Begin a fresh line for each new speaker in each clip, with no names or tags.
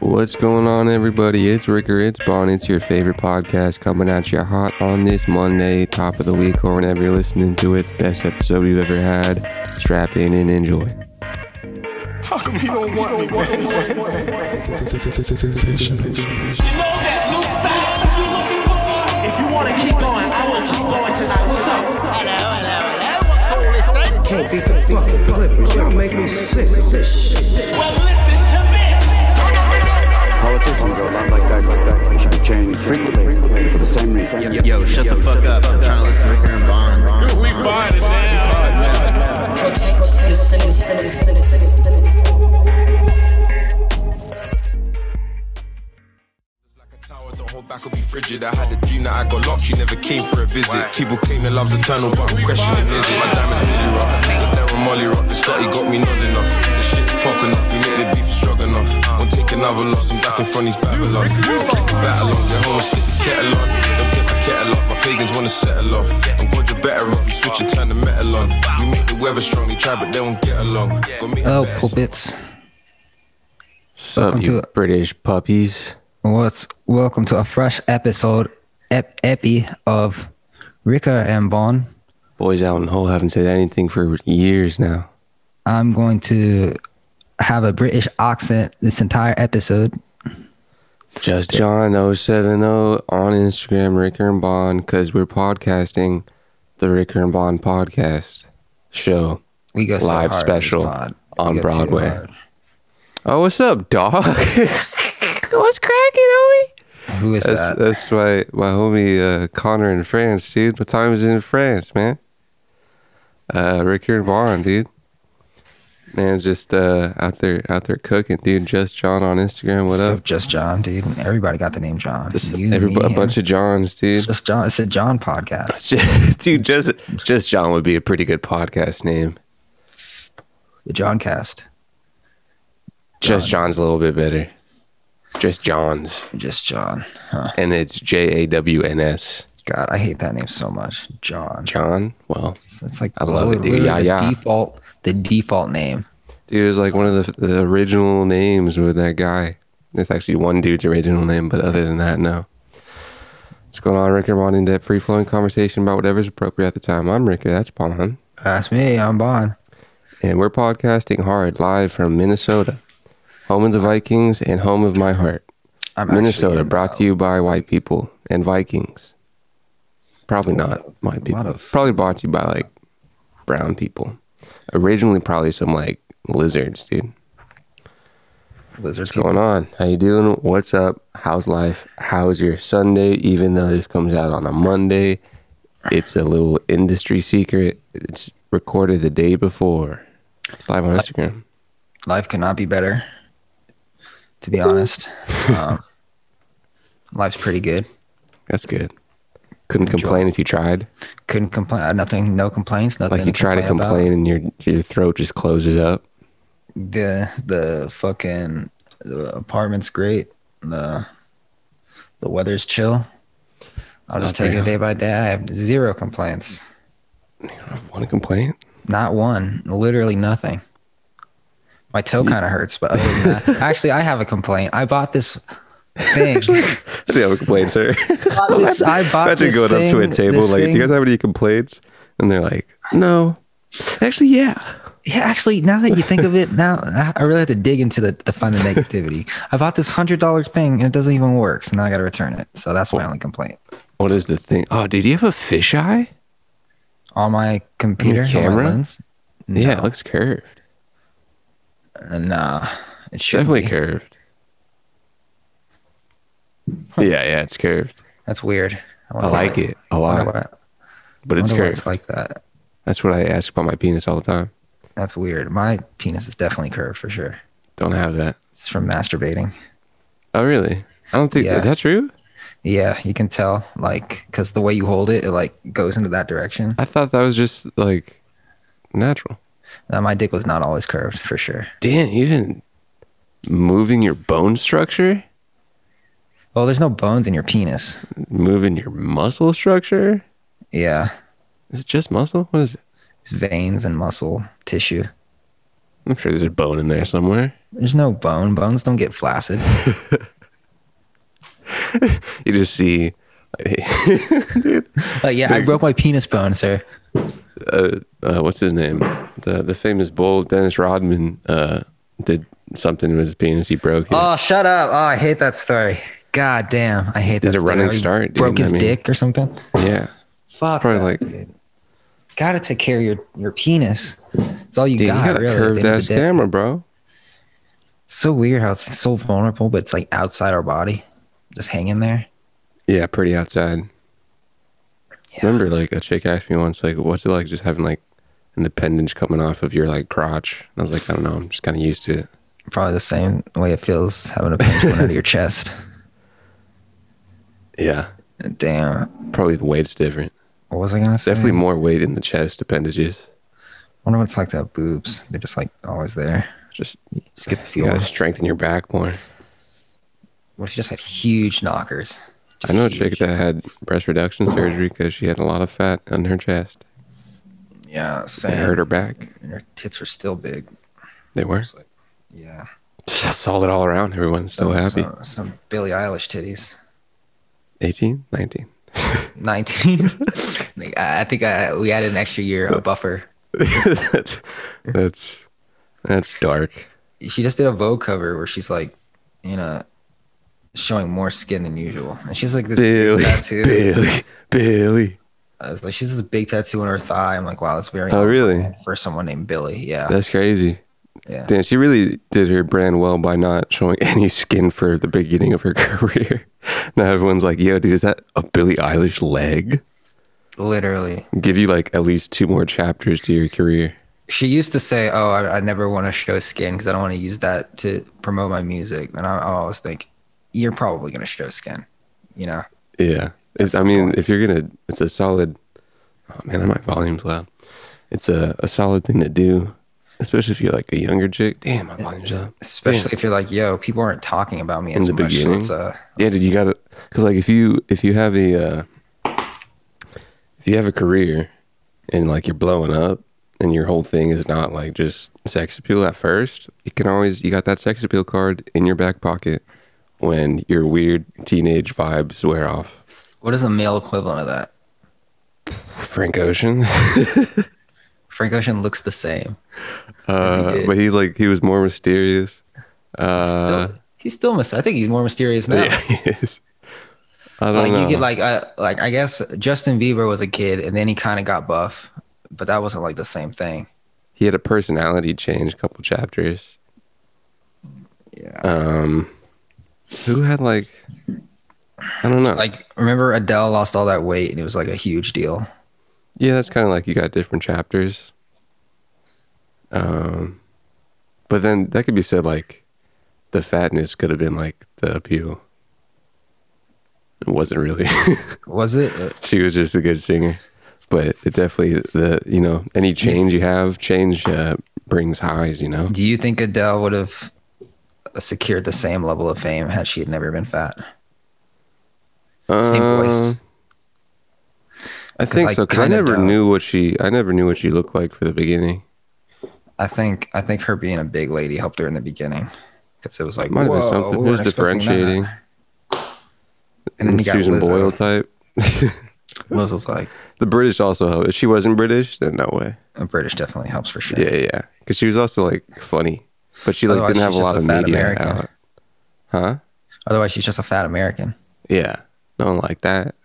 What's going on, everybody? It's Ricker, it's Bon, it's your favorite podcast coming at you hot on this Monday, top of the week, or whenever you're listening to it. Best episode we've ever had. Strap in and enjoy.
How come you don't want me?
You know that new style that you're looking for? If you want to keep going, I will keep going tonight. What's up? Hello, hello, hello. What's all this thing?
Can't beat the fucking Clippers. Y'all make me sick with this shit.
Well, listen to this.
Politicians are a lot like that, like that. They should be changed frequently for the same reason.
Yo, yo, shut the fuck up. I'm trying to listen to Ricker and Bond.
We buying it now.
protect the city, city, city, city, city.
Tower, the whole back will be frigid. I had a dream that I got locked. She never came for a visit. People claim that love's eternal, but I'm questioning is it? My diamonds really rock. They're molly rock. The Scotty got me nodding off. The shit's popping off. We make the beef strong enough. Won't take another loss. I'm back in front of these Babylon. Keep the battle on. Get home and stick the kettle on. Don't take my kettle off. My pagans wanna settle off. I'm glad you're better off. You switch your time to metal on. We make the weather strong. They try, but they won't get along. Go make a
Oh,
better
puppets.
Sup,
Welcome
you
to it.
British puppies.
What's welcome to a fresh episode ep- epi of Ricker and Bon.
Boys out in Hull haven't said anything for years now.
I'm going to have a British accent this entire episode.
Just John070 on Instagram, Ricker and Bond, because we're podcasting the Ricker and Bond podcast show.
We go so
Live
hard on this
special
pod.
on
We go too
Broadway.
hard.
Oh, what's up, dog? what's cracking, homie?
Who is
That's,
that?
that's my, my homie uh, Connor in France, dude. What time is it in France, man? Uh, Ricker and Bond, dude. Man's just uh, out there out there cooking, dude. Just John on Instagram. What
So
up?
just John, dude. Everybody got the name John.
Just
You,
every,
me,
a
him.
bunch of Johns, dude.
just John. It's a John podcast.
dude, just just John would be a pretty good podcast name.
The John cast.
Just John's a little bit better. Just John's,
Just John. Huh.
and it's J A W N S.
God, I hate that name so much. John.
John. Well,
That's like
I love it, dude.
literally
Yeah,
the
yeah.
default the default name.
dude, it was like one of the, the original names with that guy. It's actually one dude's original name, but other than that, no. What's going on, Ricker? Bond in depth, free flowing conversation about whatever's appropriate at the time. I'm Ricker. That's Bond,
That's me. I'm Bon.
and we're podcasting hard live from Minnesota, home of the Vikings and home of my heart.
I'm actually
Minnesota,
in,
brought
uh,
to you by white people and Vikings. Probably not white people.
of-
Probably brought to you by like brown people. Originally, probably some like lizards, dude.
Lizard
What's going on? How you doing? What's up? How's life? How's your Sunday? Even though this comes out on a Monday, it's a little industry secret. It's recorded the day before. It's live on Instagram.
life could not be better to be honest um, life's pretty good
That's good. Couldn't complain if you tried.
couldn't complain uh, nothing no complaints nothing
Like you try to complain and your your throat just closes up.
about. the the fucking the apartment's great the the weather's chill i'll just
not
take it
bad.
day by day i have zero complaints
Want to complain?
not one literally nothing my toe kind of hurts but other than that, actually i have a complaint i bought this thing
I do have a complaint, sir.
bought this- I bought
Imagine
this
going up to a
thing-
table
this
like, "Do you guys
thing-
have any complaints?" And they're like, "No." Actually, yeah.
Yeah, actually, now that you think of it, now I- I really have to dig into the, to find the negativity. I bought this hundred dollar thing and it doesn't even work, so now I got to return it. So that's my only complaint.
What is the thing? Oh, dude, you have a fisheye?
On my computer, on my
camera?
lens,
Yeah, it looks curved.
uh, nah, it
It's
should
definitely
be.
curved. yeah, yeah, it's curved.
That's weird.
I like it a lot, but it's
It's,
curved.
it's like that.
That's what I ask about my penis all the time.
That's weird. My penis is definitely curved for sure.
Don't have that.
It's from masturbating.
Oh, really? I don't think
Yeah.
is that true.
Yeah, you can tell, like, because the way you hold it, it like goes into that direction.
I thought that was just like natural.
Now, Uh, my dick was not always curved for sure.
Damn, you didn't moving your bone structure.
Well, there's no bones in your penis.
moving your muscle structure?
Yeah.
Is it just muscle? What is it?
veins and muscle tissue.
I'm sure there's a bone in there somewhere.
There's no bone. Bones don't get flaccid.
You just see, dude,
Like, Oh, yeah, I broke my penis bone, sir.
uh, what's his name? The the famous bull Dennis Rodman uh, did something with his penis. He broke. It.
Oh, shut up. Oh, I hate that story. God damn. I hate that
Did a
story.
running
How he
start, dude,
Broke his
I mean-
dick or something.
yeah,
Fuck.
Probably
that,
like-
dude. Gotta take care of your, your penis. It's
Oh,
all you
dude,
got,
you got a
really. at the
curved
end of
ass
the day.
camera, bro.
It's so weird how it's so vulnerable, but it's like outside our body, just hanging there.
Yeah, pretty outside. Remember, like a chick asked me once, like, "What's it like just having like an appendage coming off of your like crotch?" And I was like, "I don't know. I'm just kind of used to it."
Probably the same way it feels having a pinch going out of your chest.
Yeah,
Damn.
probably the weight's different.
What was I gonna say?
Definitely more weight in the chest appendages.
wonder what it's like to have boobs. They're just like always there.
Just
Just get the
you
feel.
gotta
of it.
strengthen your back more.
What if you just had huge knockers?
I know a chick that had breast reduction surgery because she had a lot of fat on her chest.
Yeah,
It
same.
hurt her back.
And her tits were still big.
They were
Yeah.
solid all around. Everyone's so happy.
Some, some Billie Eilish titties.
18, 19.
19. Like, I I think I, we added an extra year a buffer.
that's that's that's dark.
She just did a Vogue cover where she's like, you know, showing more skin than usual. And she's like this
Billy,
big tattoo.
Billy, Billy.
I was like, she's this big tattoo on her thigh. I'm like, wow, that's very
Oh, really?
for someone named Billy. Yeah.
That's crazy.
yeah.
Damn, she really did her brand well by not showing any skin for the beginning of her career. Now everyone's like, "Yo, dude, is that a Billie Eilish leg?"
Literally.
Give you like at least two more chapters to your career.
She used to say, oh, I, I never want to show skin because I don't want to use that to promote my music. And I, I always think, you're probably going to show skin, you know?
Yeah, it's, I mean, if you're gonna, it's a solid. Oh man, my volume's loud. It's a, a solid thing to do, especially if you're like a younger chick. Damn, my volume's loud.
especially if you're like, yo, people aren't talking about me
in
as
the
much.
beginning.
Let's, uh,
yeah, dude, you gotta because like if you if you have the uh, if you have a career and like you're blowing up and your whole thing is not like just sex appeal at first, you can always you got that sex appeal card in your back pocket when your weird teenage vibes wear off.
what is the male equivalent of that?
Frank Ocean.
Frank Ocean looks the same.
Uh,
did.
but he's like he was more mysterious. Uh,
still, he's still mysterious. I think he's more mysterious now.
Yeah, he is. I don't
like
know.
you get like, uh, like I guess Justin Bieber was a kid, and then he kind of got buff, but that wasn't like the same thing.
he had a personality change, a couple chapters.
Yeah.
Um, who had like I don't know.
Like remember Adele lost all that weight, and it was like a huge deal.
yeah, that's kind of like you got different chapters. Um, but then that could be said like the fatness could have been like the appeal. It wasn't really.
Was it? Uh,
she was just a good singer. But it definitely the you know any change you have, change uh, brings highs. You know,
Do you think Adele would have secured the same level of fame had she had never been fat? Same
Uh, Um,
voice.
I think
I
so. Cause I
kinda
never
don't.
knew what she. I never knew what she looked like for the beginning.
I think I think her being a big lady helped her in the beginning because it was like
Might have been
"Whoa,
something.
we
It was
weren't expecting
differentiating.
that." And then you got
Susan
Lizzo.
Boyle type.
Liz was like,
The British also. helped. If she wasn't British, then no way.
"Oh, British definitely helps for sure.
Yeah, yeah. Because she was also like funny, but she like
Otherwise,
didn't have a
she's just
lot
a
of
fat
media
American.
out. Huh?
Otherwise, she's just a fat American.
Yeah. No one like that.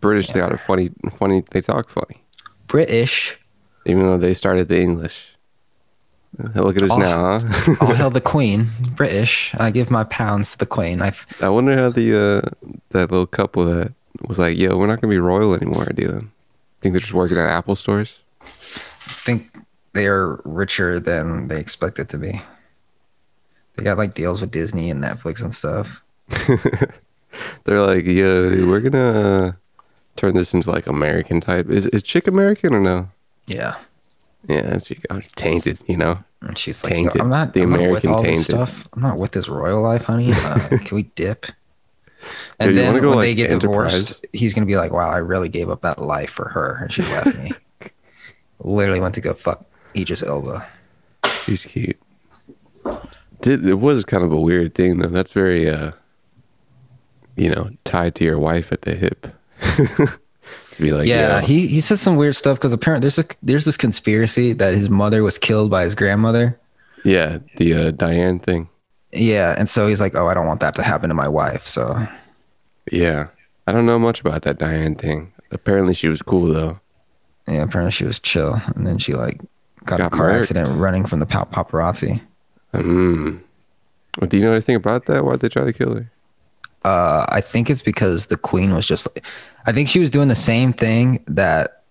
British, they got a funny, funny. They talk funny.
British.
even though they started the English. Uh, Look at us
Oh.
now, huh?
All hail the Queen. British. I give my pounds to the Queen. I f-
I wonder how the uh, that little couple that was like, "Yo, we're not gonna be royal anymore." Do you think they're just working at Apple stores?
think they are richer than they expected to be. They got like deals with Disney and Netflix and stuff.
They're like, "Yo, dude, we're gonna uh, turn this into like American type." Is is chick American or no?
Yeah.
Yeah, that's I'm tainted, you know.
And she's like,
Tainted.
I'm not
The
I'm not with
American
all this
tainted.
stuff. I'm not with this royal life, honey. Uh, can we dip? And
Dude, you
then
wanna
when
go,
they
like,
get
Enterprise?
divorced, he's gonna be like, "Wow, I really gave up that life for her, and she left me." Literally went to go fuck Aegis Elba.
She's cute. did it was kind of a weird thing though. That's very uh you know, tied to your wife at the hip. to be like, yeah,
yeah, he he said some weird stuff because apparently there's a there's this conspiracy that his mother was killed by his grandmother.
yeah, the uh, Diane thing.
Yeah, and so he's like, oh, I don't want that to happen to my wife. So
Yeah. I don't know much about that Diane thing. Apparently she was cool though.
yeah, apparently she was chill, and then she like got, in a
Got
car
murked.
accident running from the pa- paparazzi.
Mm. Well, do you know anything about that? Why'd they try to kill her?
Uh, I think it's because the queen was just, like, I think she was doing the same thing that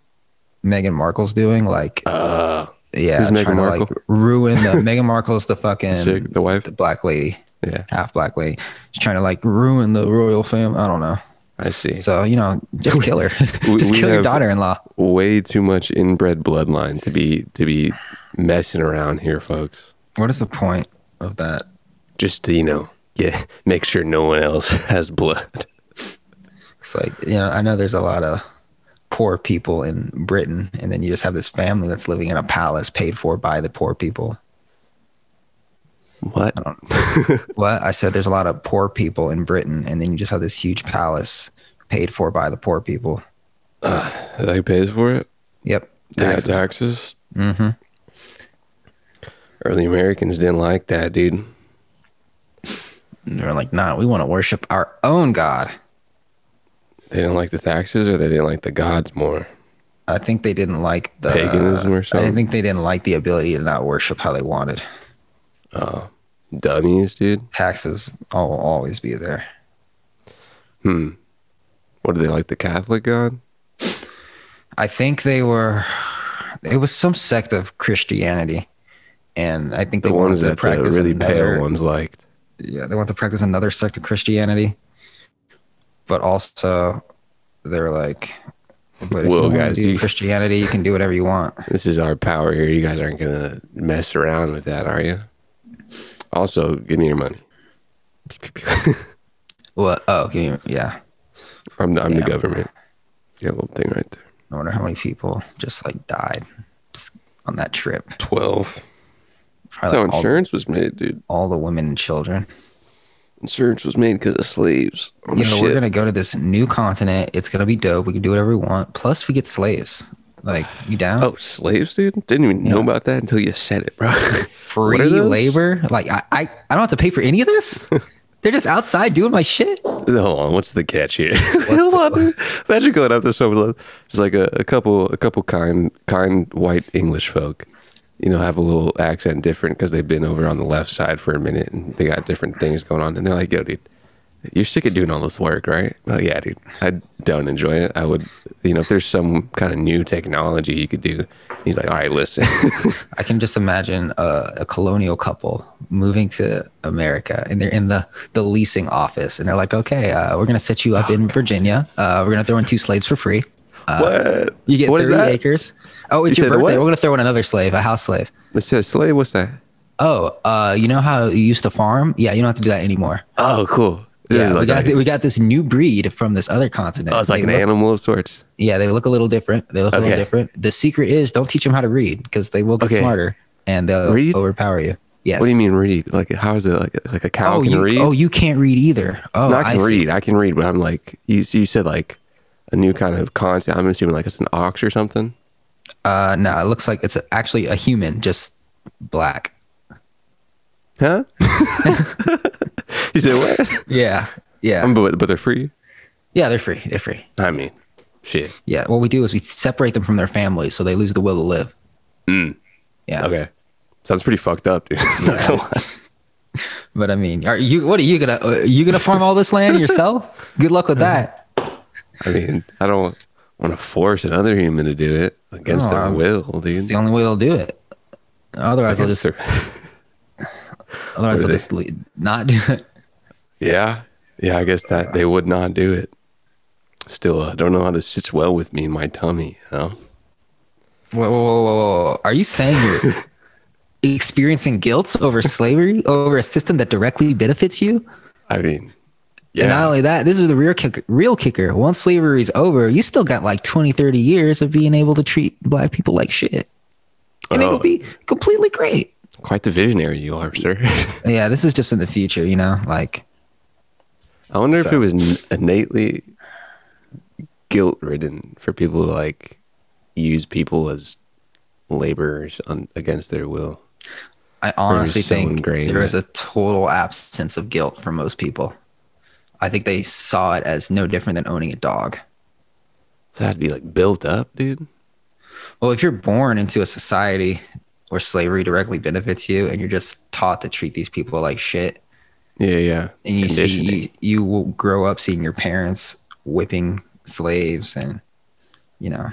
Meghan Markle's doing, like, yeah,
Uh, who's Meghan
trying to like
Markle?
ruin the Meghan Markle's the fucking
Chick, the wife?
the black lady,
Yeah,
half black lady. She's trying to like ruin the royal family. I don't know.
I see.
So you know, just kill her.
we-
just
we
kill your
have-
daughter-in-law.
Way too much inbred bloodline to be to be messing around here, folks.
What is the point of that?
just to you know yeah make sure no one else has blood
It's like you know, I know there's a lot of poor people in Britain, and then you just have this family that's living in a palace paid for by the poor people.
what
What I said, there's a lot of poor people in Britain, and then you just have this huge palace paid for by the poor people.
they pays for it
Yep.
they
Taxes.
got taxes mm-hmm early americans didn't like that dude
And they're like, nah, we want to worship our own God.
they didn't like the taxes or they didn't like the gods more
I think they didn't like the
Paganism or
I
something?
think they didn't like the ability to not worship how they wanted.
dummies dude
Taxes all will always be there.
what do they like the catholic god
I think they were. It was some sect of Christianity, and I think
the
they wanted
ones
to
that the
practice
really
another,
pale ones liked
Yeah, they wanted to practice another sect of Christianity, but also they're like, but if
Whoa,
you wanna
guys,
do
you-
Christianity, you can do whatever you want.
this is our power here you guys aren't gonna mess around with that are you also give me your money
Well, oh, can you, yeah.
i'm, I'm the
Yeah.
government yeah little thing right there
I wonder how many people just like died just on that trip.
12 that's
Probably
how
like, all-
insurance was made dude
all the women and children.
insurance was made because of slaves. Oh,
You know, we're
shit.
gonna go to this new continent. It's gonna be dope. We can do whatever we want. Plus, we get slaves. Like you down?
oh, slaves, dude? Didn't even know about that until you said it, bro.
free
those?
labor. Like I, I, I don't have to pay for any of this. They're just outside doing my shit.
Hold on, what's the catch here? Hold on, dude. Imagine going up to someone, just like a, a couple, a couple kind, kind white English folk. You know, have a little accent different because they've been over on the left side for a minute and they got different things going on. And they're like, "Yo, dude, you're sick of doing all this work, right?" I'm like, yeah, dude, I don't enjoy it. I would, you know, if there's some kind of new technology you could do. He's like, "All right, listen."
I can just imagine a, a colonial couple moving to America, and they're in the the leasing office, and they're like, "Okay, uh, we're gonna set you up in Virginia. Uh, we're gonna throw in two slaves for free.
what?
Uh, You get
What is
thirty
that?
acres. Oh, it's
You
your
said what?
birthday. We're gonna throw in another slave, a house slave.
Instead of slave, what's that?
Oh, uh, you know how you used to farm? Yeah, you don't have to do that anymore.
Oh, cool. This
Yeah,
is
we
like
got
a-
we got this new breed from this other continent.
oh, it's like
They
an
look-
animal of sorts.
Yeah, they look a little different. They look a
Okay.
little different. The secret is don't teach them how to read because they will get
Okay.
smarter and they'll
Read?
overpower you. Yes.
What do you mean read? Like how is it like a, like a cow
Oh,
can
you
read?
oh you can't read either. Oh,
no, I
I
can
see.
read. I can read, but I'm like you. You said like a new kind of concept. I'm assuming like it's an ox or something.
Uh, no, it looks like it's actually a human, just black.
Huh? you said what?
Yeah, yeah,
Um, but but they're free.
yeah. They're free. They're free.
I mean, shit.
Yeah. What we do is we separate them from their families so they lose the will to live. Yeah.
Hmm. Okay, sounds pretty fucked up, dude.
But I mean, are you? What are you gonna? Are you gonna farm all this land yourself? Good luck with that.
I mean, I don't want to force another human to do it against
No,
their
I'm-
will, dude.
It's the only way they'll do it. Otherwise, they'll
Against
just
their-
otherwise they'll
they-
just le- not do it.
Yeah. Yeah, I guess that they would not do it. Still, I don't know how this sits well with me in my tummy, you know?
Whoa, whoa, whoa, whoa, whoa. Are you saying you're experiencing guilt over slavery, over a system that directly benefits you?
I mean,
And not
yeah.
only that, this is the real kicker. Real kicker. Once slavery's over, you still got like 20, 30 years of being able to treat black people like shit.
Oh.
And it'll be completely great.
Quite the visionary you are, sir.
Yeah, this is just in the future, you know? Like,
I wonder if it was n- innately guilt ridden for people to like use people as laborers on, against their will.
I honestly
so
think
ingrained
there is
that-
a total absence of guilt for most people. I think they saw it as no different than owning a dog.
So that'd be like built up, dude.
Well, if you're born into a society where slavery directly benefits you and you're just taught to treat these people like shit,
Yeah, yeah.
and you see
Conditioning.
you, you will grow up seeing your parents whipping slaves and you know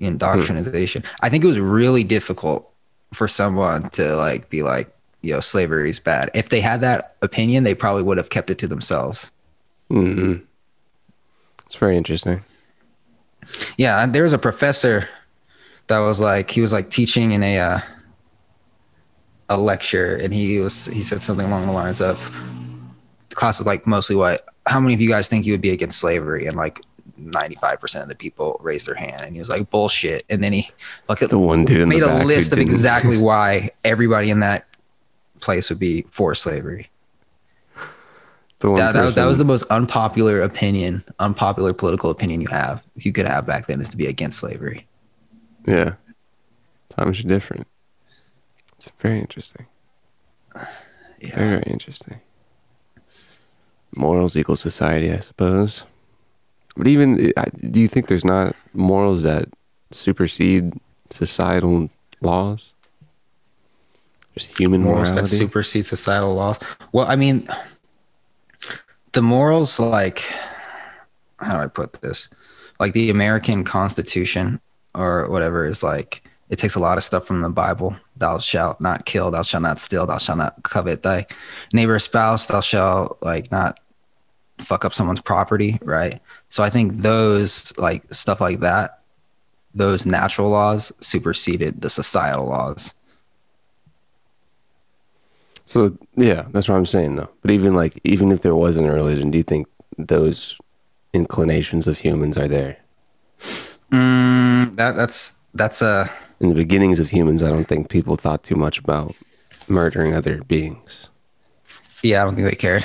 indoctrination i think it was really difficult for someone to like be like you know slavery is bad if they had that opinion they probably would have kept it to themselves
Mm-hmm. It's very interesting.
yeah and there was a professor that was like he was like teaching in a uh, a lecture and he was he said something along the lines of the class was like mostly what how many of you guys think you would be against slavery and like 95% of the people raised their hand and he was like bullshit and then he like
The one dude in the
made
back
a
who
list of
didn't-
exactly why everybody in that place would be for slavery
The one
that, that, was, that was the
person-
most unpopular opinion unpopular political opinion you have you could have back then is to be against slavery
yeah. Times are different. It's very interesting.
Yeah.
Very, very interesting. Morals equal society, I suppose. But even, I- do you think there's not morals that supersede societal laws? Just human
morals
morality.
that supersede societal laws. Well, I mean, the morals like how do I put this? Like the American Constitution or whatever is like it takes a lot of stuff from the Bible. Thou shalt not kill. Thou shalt not steal. Thou shalt not covet thy neighbor's spouse. Thou shalt like not fuck up someone's property, right? So I think those like stuff like that, those natural laws superseded the societal laws.
So yeah, that's what I'm saying though. But even like even if there wasn't a religion, do you think those inclinations of humans are there?
Mm, that that's that's a
In the beginnings of humans, I don't think people thought too much about murdering other beings.
yeah. I don't think they cared.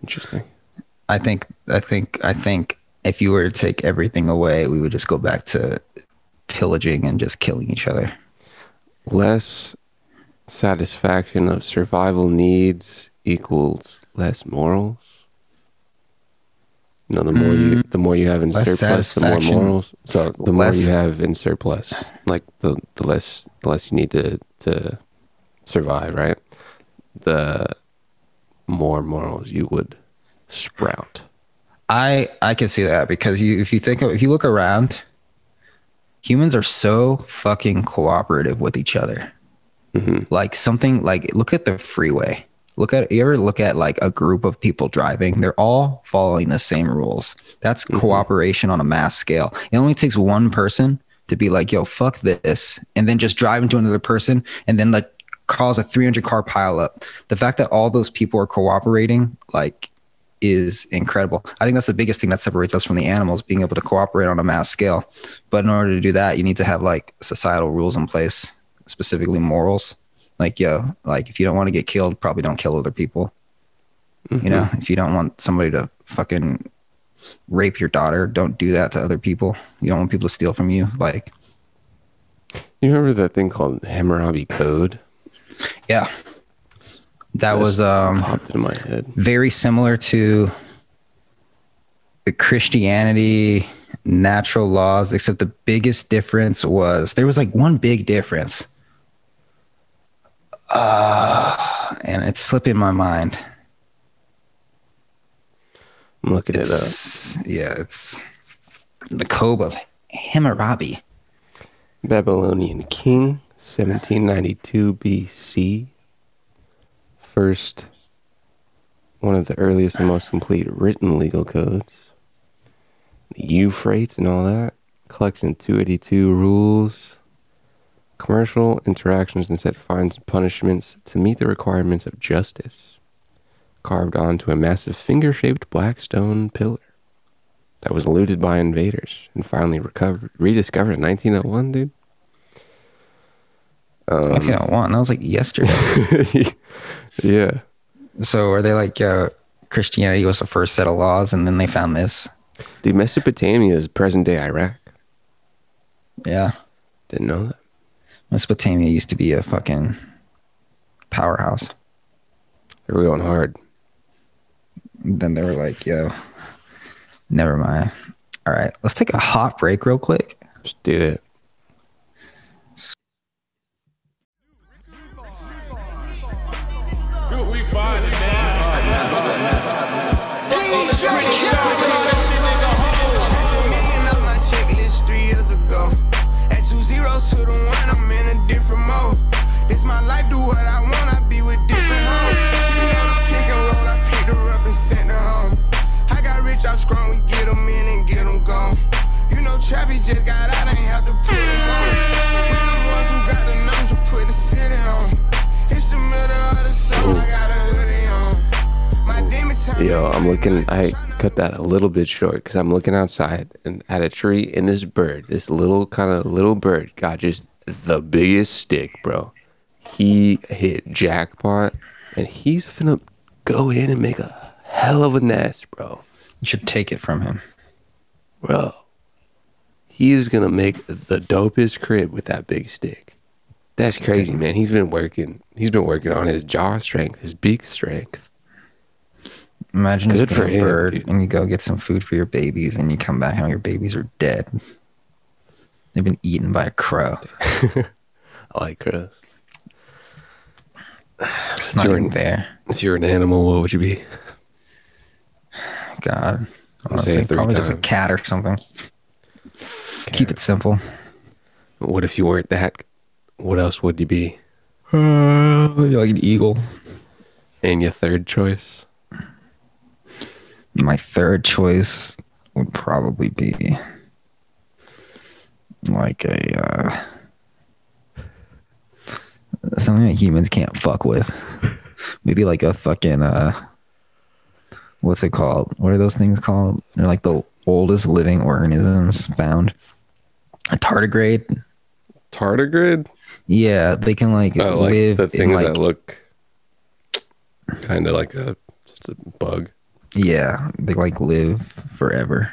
Interesting.
I think I think I think if you were to take everything away, we would just go back to pillaging and just killing each other.
Less satisfaction of survival needs equals less morals. No, the more you the more you have in
Mm. Less
surplus, the more
satisfaction.
morals. So the
Less-
more you have in surplus, like the, the less the less you need to to survive, right? The more morals you would sprout.
I I can see that because you if you think of, if you look around, humans are so fucking cooperative with each other. Like something like look at the freeway. Look at you ever look at like a group of people driving. They're all following the same rules. That's cooperation on a mass scale. It only takes one person to be like, "Yo, fuck this," and then just drive into another person, and then like cause a 300 car pileup. The fact that all those people are cooperating, like is incredible. I think that's the biggest thing that separates us from the animals, being able to cooperate on a mass scale. But in order to do that, you need to have like societal rules in place, specifically morals. Like, yo, like if you don't want to get killed, probably don't kill other people. You know, if you don't want somebody to fucking rape your daughter, don't do that to other people. You don't want people to steal from you. Like,
You remember that thing called Hammurabi Code?
yeah. That was um
Popped into my head.
very similar to the Christianity natural laws, except the biggest difference was there was like one big difference. Uh, and it's slipping my mind.
I'm looking it up.
It's, yeah, it's the Code of Hammurabi.
Babylonian king, 1792 BC. First, one of the earliest and most complete written legal codes. The Euphrates and all that. Collection 282 rules. Commercial interactions and set fines and punishments to meet the requirements of justice. Carved onto a massive finger shaped black stone pillar that was looted by oh invaders and finally recovered, rediscovered in 1901, dude.
1901. That was like yesterday.
yeah.
so are they like uh, Christianity was the first set of laws, and then they found this?
Dude, Mesopotamia is present day Iraq.
Yeah,
Didn't know that.
Mesopotamia used to be a fucking powerhouse.
They were going hard.
then they were like, yo, never mind. All right, let's take a hot break real quick.
Just do it.
Do we body now?
Million on my checklist three years ago. At two zeros to the one, I'm in a different mode. This my life, do what I want, I be with different hoes. You know the pick and roll, I picked her up and sent her home. I got rich, I'm strong, we get 'em in and get 'em gone. You know, Trappy just got out, ain't have to put 'em on. We the ones who got the numbers, who put the city on. It's the middle of the summer, I got a hoodie on. My demon time.
Yo, I'm looking. I cut that a little bit short because I'm looking outside and at a tree, and this bird, this little kind of little bird, got just the biggest stick, bro. He hit jackpot, and he's finna go in and make a hell of a nest, bro.
You should take it from him.
Bro, he is gonna make the dopest crib with that big stick. That's crazy, man. He's been working. He's been working on his jaw strength, his beak strength.
Imagine
Good
just being
for
a
him,
bird
dude.
and you go get some food for your babies and you come back and your babies are dead. They've been eaten by a crow.
I like crows.
It's not even there.
If you're an animal, what would you be?
God.
say
Honestly,
it three
probably just a
times.
cat or something. Keep it simple.
What if you weren't that? What else would you be?
Uh, maybe like an eagle.
And your third choice?
my third choice would probably be like a uh, something that humans can't fuck with. Maybe like a fucking uh, what's it called? What are those things called? They're like the oldest living organisms found. A tardigrade.
Tardigrade?
Yeah, they can like
Oh, like
live
the
in,
things
like-
that look kind of like a just a bug.
yeah, they like live forever.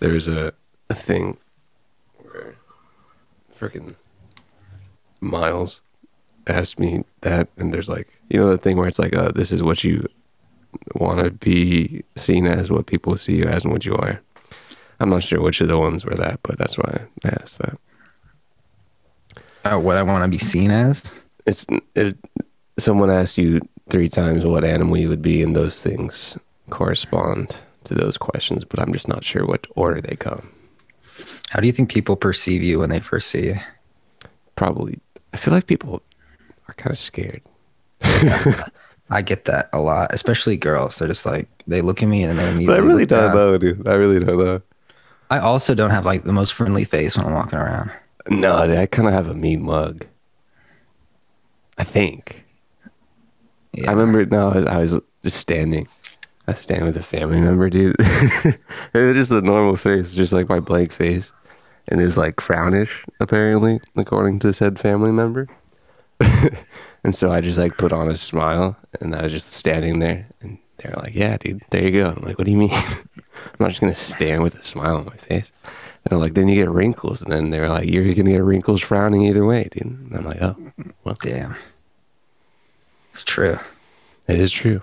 There's a, a thing where freaking Miles asked me that, and there's like you know the thing where it's like, uh, this is what you want to be seen as, what people see you as, and what you are. I'm not sure which of the ones were that, but that's why I asked that.
Uh, what I want to be seen as.
it's it, someone asks you three times what animal you would be and those things correspond to those questions but i'm just not sure what order they come
How do you think people perceive you when they first see you?
probably i feel like people are kind of scared
I get that a lot, especially girls. They're just like they look at me and they immediately. look down.
know dude i really don't know
I also don't have like the most friendly face when I'm walking around.
no dude, i kind of have a mean mug i think
Yeah.
i remember no I was, I was just standing i was standing with a family member dude it was just a normal face just like my blank face and it was like frownish apparently according to said family member and so i just like put on a smile and i was just standing there and they're like yeah dude there you go i'm like what do you mean i'm not just gonna stand with a smile on my face and i'm like then you get wrinkles and then they're like you're gonna get wrinkles frowning either way dude and i'm like oh well
Damn, it's true.
it is true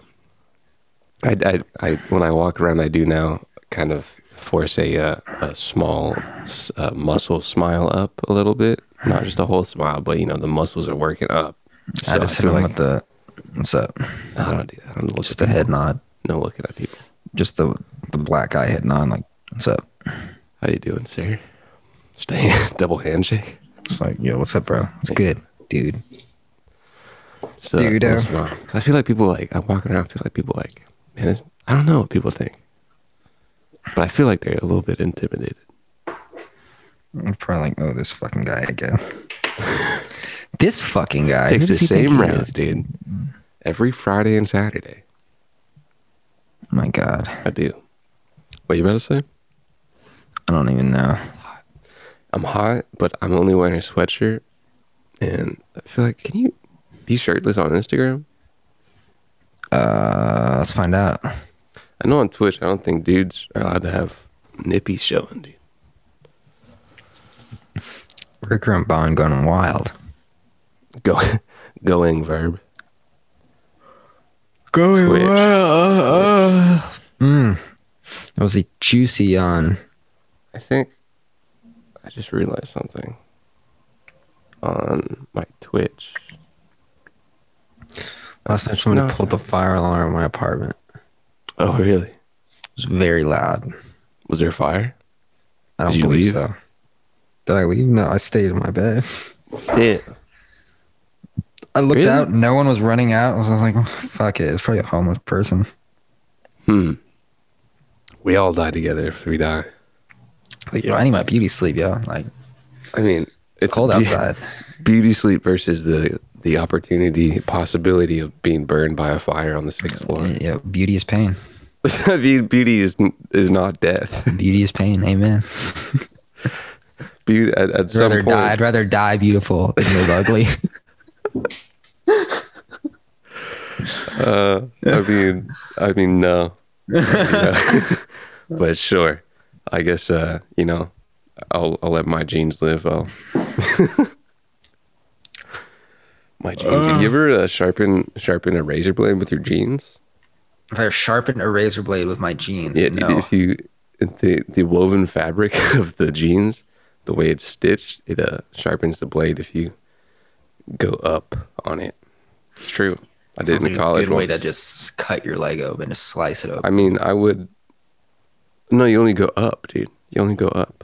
i i, I when i walk around i do now kind of force a uh, a small s- uh, muscle smile up a little bit not just a whole smile but you know the muscles are working up so
I
i,
just hit
feel
'em
like
with the what's up?
i don't do that i don't look
Just
at
a head
people.
nod,
no looking at people
just the the black eye head nod. Like what's up?
How you doing, sir? Stay double handshake.
Just like yo, what's up, bro? It's good, dude.
Just, uh,
Dude,
little
uh,
smile. 'Cause I feel like people like I'm walking around. I feel like people like man. this- I don't know what people think, but I feel like they're a little bit intimidated.
I'm probably like, oh, this fucking guy again. this fucking guy
Takes
who
the
does he think
same
he
route,
is?
dude. Every Friday and Saturday,
My God,
I do. What you about to say?
I don't even know.
I'm hot, but I'm only wearing a sweatshirt And I feel like, can you be shirtless on Instagram?
Uh, let's find out.
I know on Twitch, I don't think dudes are allowed to have nippies showing, dude.
Ricker and Bond going wild.
Go, going verb.
Going
Twitch.
It was a juicy um, yawn.
I think I just realized something on my Twitch.
Last time somebody
No.
pulled the fire alarm in my apartment.
Oh, really?
It was very loud.
Was there a fire?
I don't
Did you
believe
leave?
so. Did I leave? No, I stayed in my bed.
Yeah.
I looked
Really?
out. No one was running out. I was like, "Oh, "Fuck it." It's probably a homeless person.
Hmm. We all die together if we die.
Like, yo, I need my beauty sleep, yo. Like,
I mean,
it's, cold
yeah.
outside.
beauty sleep versus the the opportunity possibility of being burned by a fire on the sixth floor.
Yeah, beauty is pain.
I mean, beauty is is not death.
Beauty is pain. Amen.
Beauty at, at
I'd
some
rather
point.
die. I'd rather die beautiful than live ugly.
I mean, I mean, no. but sure, I guess uh, you know, I'll I'll let my genes live. I'll my genes. Did you ever uh, sharpen sharpen a razor blade with your jeans?
if I sharpened a razor blade with my jeans,
Yeah,
no.
if you the the woven fabric of the jeans, the way it's stitched, it uh, sharpens the blade if you go up on it. It's true. I did in
Sounds like a
college.
Good way
once.
to just cut your leg open, just slice it
I
open.
mean, I would. No, you only go up, dude. You only go up.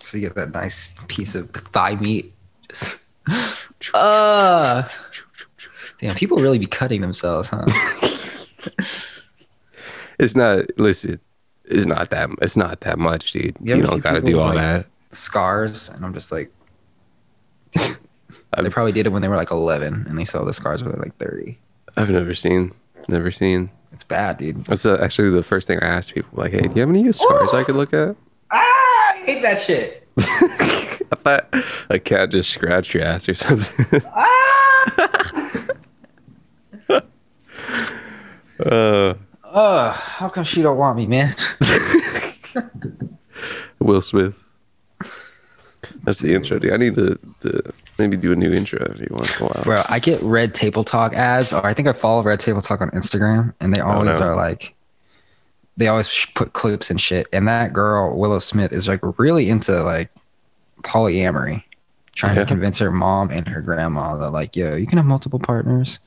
So you get that nice piece of thigh meat. Just. Uh, damn, people really be cutting themselves, huh?
It's not. Listen, it's not that. It's not that much, dude. You,
You ever see
don't gotta
people
do all
like-
that.
Scars, and I'm just like, they probably did it when they were like 11, and they saw the scars when they were like 30.
I've never seen. Never seen.
It's bad, dude.
That's uh, actually the first thing I asked people. Like, hey, do you have any scars I could look at?
Ah, I hate that shit.
I thought a cat just scratched your ass or something.
How come she don't want me, man?
Will Smith. That's the intro, dude. I need to, to maybe do a new intro every once in a while.
Bro, I get Red Table Talk ads, or I think I follow Red Table Talk on Instagram, and they always
Oh, no.
are like, they always sh- put clips and shit. And that girl, Willow Smith, is like really into like polyamory, trying
Yeah.
to convince her mom and her grandma that, like, yo, you can have multiple partners.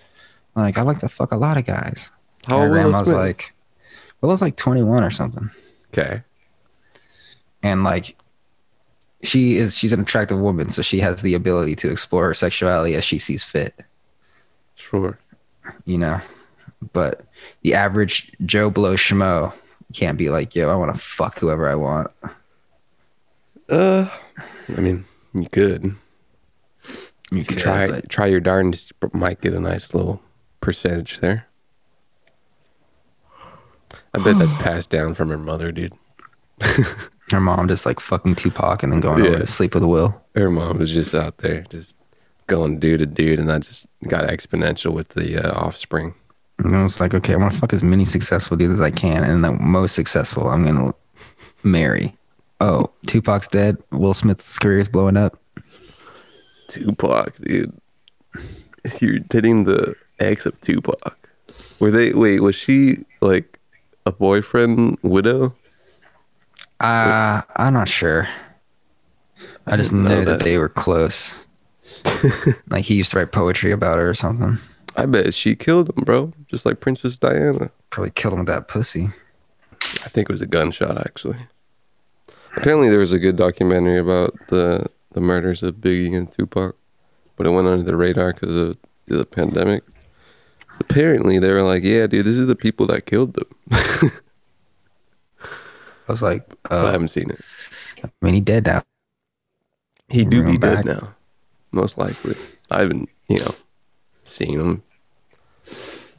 Like, I like to fuck a lot of guys. And
How
her
old Will
grandma's
Smith?
like, Willow's like 21 or something
okay.
and like she is she's an attractive woman so she has the ability to explore her sexuality as she sees fit
Sure.
you know but the average joe blow schmo can't be like yo i want to fuck whoever i want
Uh, I mean, you could.
you
You try try your darndest, but might get a nice little percentage there. I bet that's passed down from her mother, dude.
her mom just like fucking tupac and then going
Yeah.
over to sleep with will
Her mom was just out there, just going dude to dude, and that just got exponential with the uh, offspring.
and i was like okay i want to fuck as many successful dudes as i can and the most successful i'm gonna marry oh tupac's dead will smith's career is blowing up
Tupac, dude. You're dating the ex of Tupac. Were they? Wait, was she like a boyfriend widow?
Uh, I'm not sure. I, just
didn't
know,
know
that.
that.
they were close. like he used to write poetry about her or something.
I bet she killed him, bro. Just like Princess Diana.
Probably killed him with that pussy.
I think it was a gunshot, actually. Apparently, there was a good documentary about the the murders of Biggie and Tupac, but it went under the radar because of the pandemic. Apparently, they were like, "Yeah, dude, this is the people that killed them."
I was like,
But I
uh,
haven't seen it.
I mean, he dead now.
He do
bring
be
him
dead
back.
now, most likely. I haven't, you know, seen him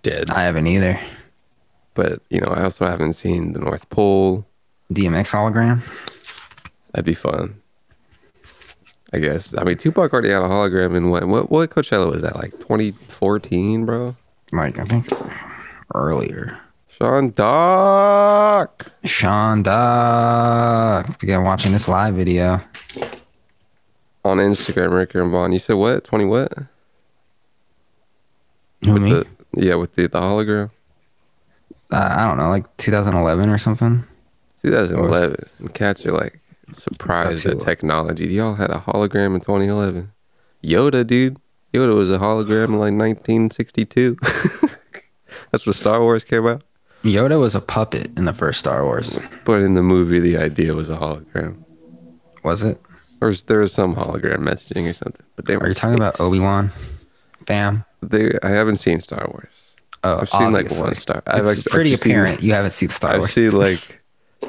dead,
I haven't either.
but you know, I also haven't seen the North Pole.
DMX hologram.
That'd be fun. I guess. I mean, Tupac already had a hologram in what? What, what Coachella was that? Like 2014, bro.
Like I think earlier.
Sean Doc.
Sean Doc began watching this live video.
on Instagram, Rick and Bond. You said what? Twenty what?
Who me?
The, yeah, with the, the hologram.
uh, I don't know, like 2011 or something.
2011. And cats are like surprised
too
at
long.
technology. Y'all had a hologram in 2011. Yoda, dude. Yoda was a hologram in like 1962. That's what Star Wars came out.
Yoda was a puppet in the first Star Wars,
But in the movie, the idea was a hologram.
was it?
Or s- there was some hologram messaging or something. But they
Are you talking about Obi Wan? Bam.
They, I haven't seen Star Wars.
Oh,
I've seen, like,
obviously.
one Star- I've
it's
actually-
pretty
I've seen-
apparent you haven't seen Star
I've
Wars.
seen like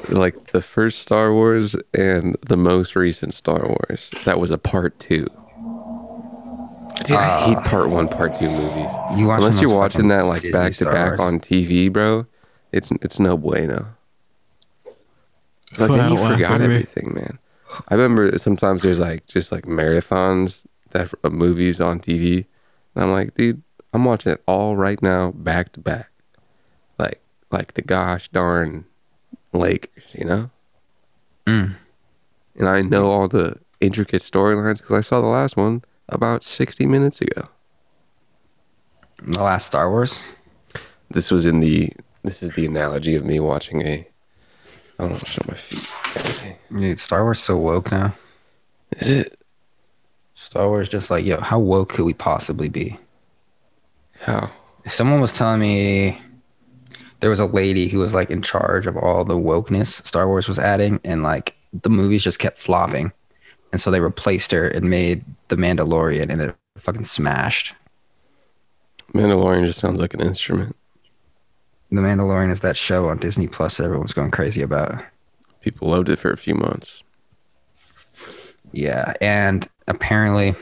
like the first Star Wars and the most recent Star Wars. That was a part two. Dude, I hate part one, part two movies.
You watching
Unless
those
you're watching
fucking
that like
Disney
back to
Star
back
Wars.
on TV, bro, it's it's no bueno. It's like then you forgot everything, man. I remember sometimes there's like just like marathons that of movies on TV, and I'm like, dude, I'm watching it all right now, back to back, like like the gosh darn Lakers, you know. And I know all the intricate storylines because I saw the last one about 60 minutes ago.
the last Star Wars.
This was in the. This is the analogy of me watching a. I don't want to show my feet.
Dude, Star Wars so woke now. Star Wars just like, yo, how woke could we possibly be?
How?
Someone was telling me there was a lady who was like in charge of all the wokeness Star Wars was adding, and like the movies just kept flopping, and so they replaced her and made the Mandalorian, and it fucking smashed.
Mandalorian just sounds like an instrument.
The Mandalorian is that show on Disney Plus that everyone's going crazy about.
People loved it for a few months.
Yeah, and apparently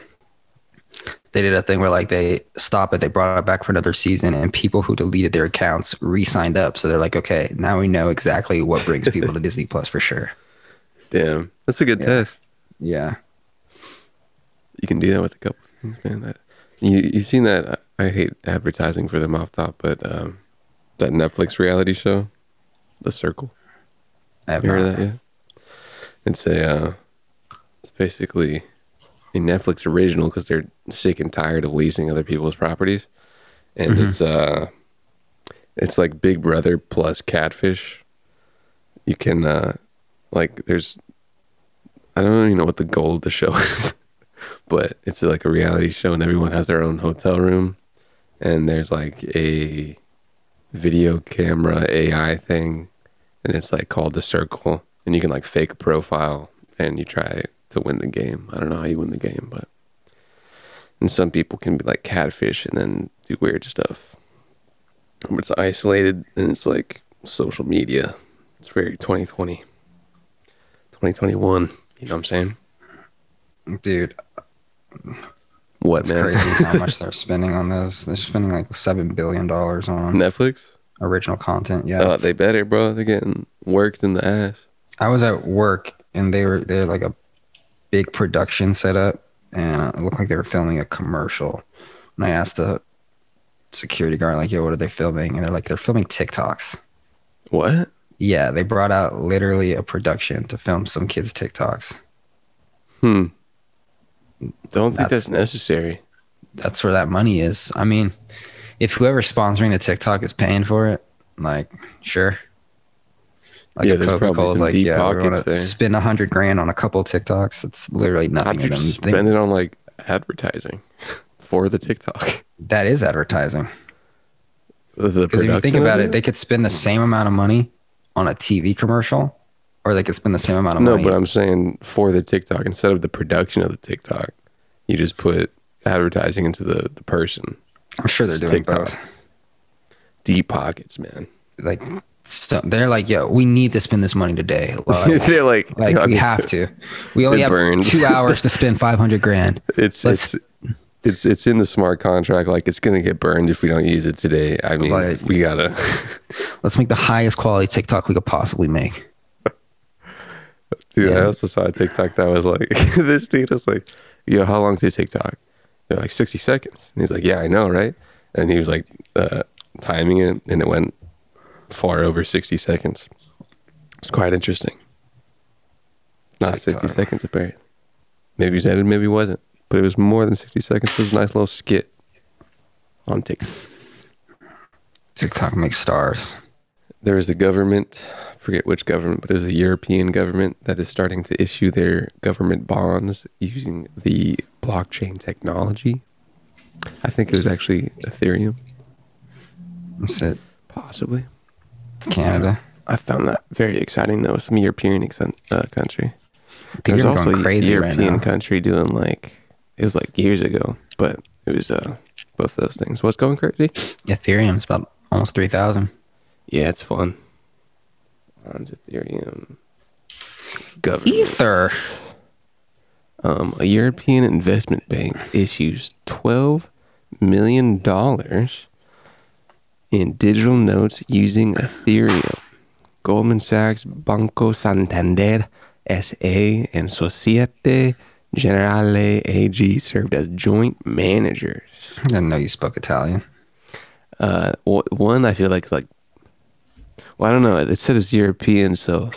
they did a thing where like they stopped it, they brought it back for another season, and people who deleted their accounts re-signed up. So they're like, okay, now we know exactly what brings people to Disney Plus for sure.
Damn, that's a good test.
Yeah.
You can do that with a couple things, man. That, you you seen that? I I hate advertising for them off top, but um, that Netflix reality show, The Circle.
I have
You heard
not.
of that? Yeah. It's a. Uh, it's basically a Netflix original because they're sick and tired of leasing other people's properties, and it's uh, it's like Big Brother plus Catfish. You can uh, like there's, I don't even know what the goal of the show is, but it's like a reality show and everyone has their own hotel room, and there's like a video camera AI thing and it's like called the circle and you can like fake a profile and you try to win the game i don't know how you win the game but and some people can be like catfish and then do weird stuff But it's isolated and it's like social media it's very 2020 2021 you know what i'm saying
Dude,
what
it's
man
crazy how much they're spending on those. They're spending like seven billion dollars on
netflix
original content. Yeah.
oh they better bro they're getting worked in the ass
I was at work and they were they're like a big production setup and it looked like they were filming a commercial. And I asked the security guard like, "Yo, what are they filming?" And they're like, "They're filming TikToks."
what
Yeah, they brought out literally a production to film some kids' TikToks.
don't think
That's-
that's necessary
That's where that money is. I mean, if whoever's sponsoring the TikTok is paying for it, like, sure. Like
Yeah,
a
there's probably
Coca-Cola is
some
like,
deep
yeah, we're
pockets
gonna
there."
spend a hundred grand on a couple TikToks. It's literally
how'd
nothing
you
to them.
just
They-
spend it on like advertising for the tiktok
that is advertising.
the
Because if you think
production
about
of
it, they could spend the same amount of money on a TV commercial, or they could spend the same amount of
No,
money.
but I'm saying for the TikTok, instead of the production of the TikTok, you just put advertising into the, the person.
I'm sure they're
it's
doing
TikTok.
both.
Deep pockets, man.
Like, so they're like, "Yo, we need to spend this money today. Like,
They're like,
like,
I
we
mean,
have to. We only
it
have
burns.
two hours to spend five hundred grand.
it's,
Let's-
it's, it's, it's in the smart contract. Like, it's going to get burned if we don't use it today. I mean,
Like-
we got to,
Let's make the highest quality TikTok we could possibly make."
Dude, I also saw a TikTok that was like, this dude was like, yo, how long did it TikTok? They're like, 60 seconds. And he's like, yeah, I know, right? And he was like, uh, timing it, and it went far over 60 seconds. It's quite interesting. Not 60 seconds, apparently. Maybe he's edited, maybe he wasn't. But it was more than 60 seconds. It was a nice little skit on TikTok.
TikTok makes stars.
there is a government, I forget which government, but it was a European government that is starting to issue their government bonds using the blockchain technology. I think it was actually Ethereum,
That's it.
possibly.
Canada.
I found that very exciting though. Some European ex- uh, country.
People
There's
are
also
going
a
crazy right
European
now.
country doing like it was like years ago, but it was uh, both those things. What's going crazy?
Ethereum's about almost three thousand.
Yeah, it's fun. Bonds, Ethereum, government.
Ether.
um, a European investment bank issues $12 million in digital notes using Ethereum. Goldman Sachs, Banco Santander SA, and Societe Generale AG served as joint managers.
I didn't know you spoke Italian.
Uh, wh- one, I feel like, is like, well, I don't know. It said it's European, so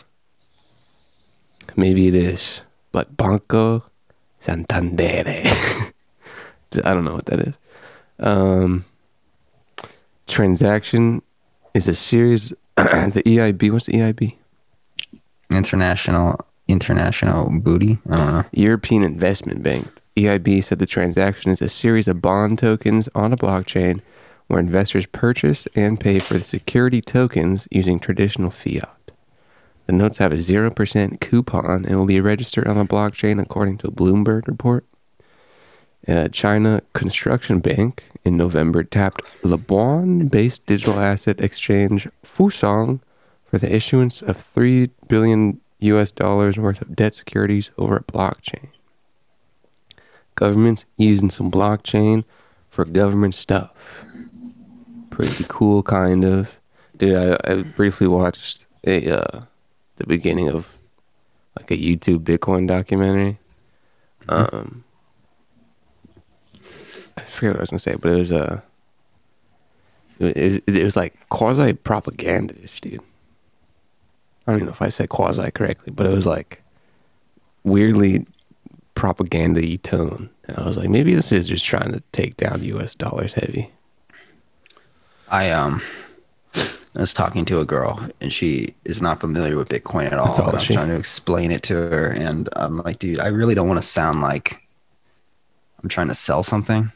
maybe it is. But Banco Santander. I don't know what that is. Um, transaction is a series. the EIB. What's the E EIB?
International international booty. I don't know.
European Investment Bank. EIB said the transaction is a series of bond tokens on a blockchain where investors purchase and pay for the security tokens using traditional fiat. The notes have a 0% coupon and will be registered on the blockchain according to a Bloomberg report. Uh, China Construction Bank in November tapped Labuan based digital asset exchange Fusong for the issuance of 3 billion US dollars worth of debt securities over a blockchain. Governments using some blockchain for government stuff. Pretty cool, kind of. Dude, I, I briefly watched a uh, the beginning of like a YouTube Bitcoin documentary. Um, I forget what I was gonna say, but it was uh, it, it, it was like quasi propagandish, dude. I don't even know if I said quasi correctly, but it was like weirdly propaganda tone. And I was like, maybe this is just trying to take down U.S. dollars heavy.
I um I was talking to a girl and she is not familiar with Bitcoin at all.
That's all
and I'm
she-
trying to explain it to her and I'm like, dude, I really don't want to sound like I'm trying to sell something.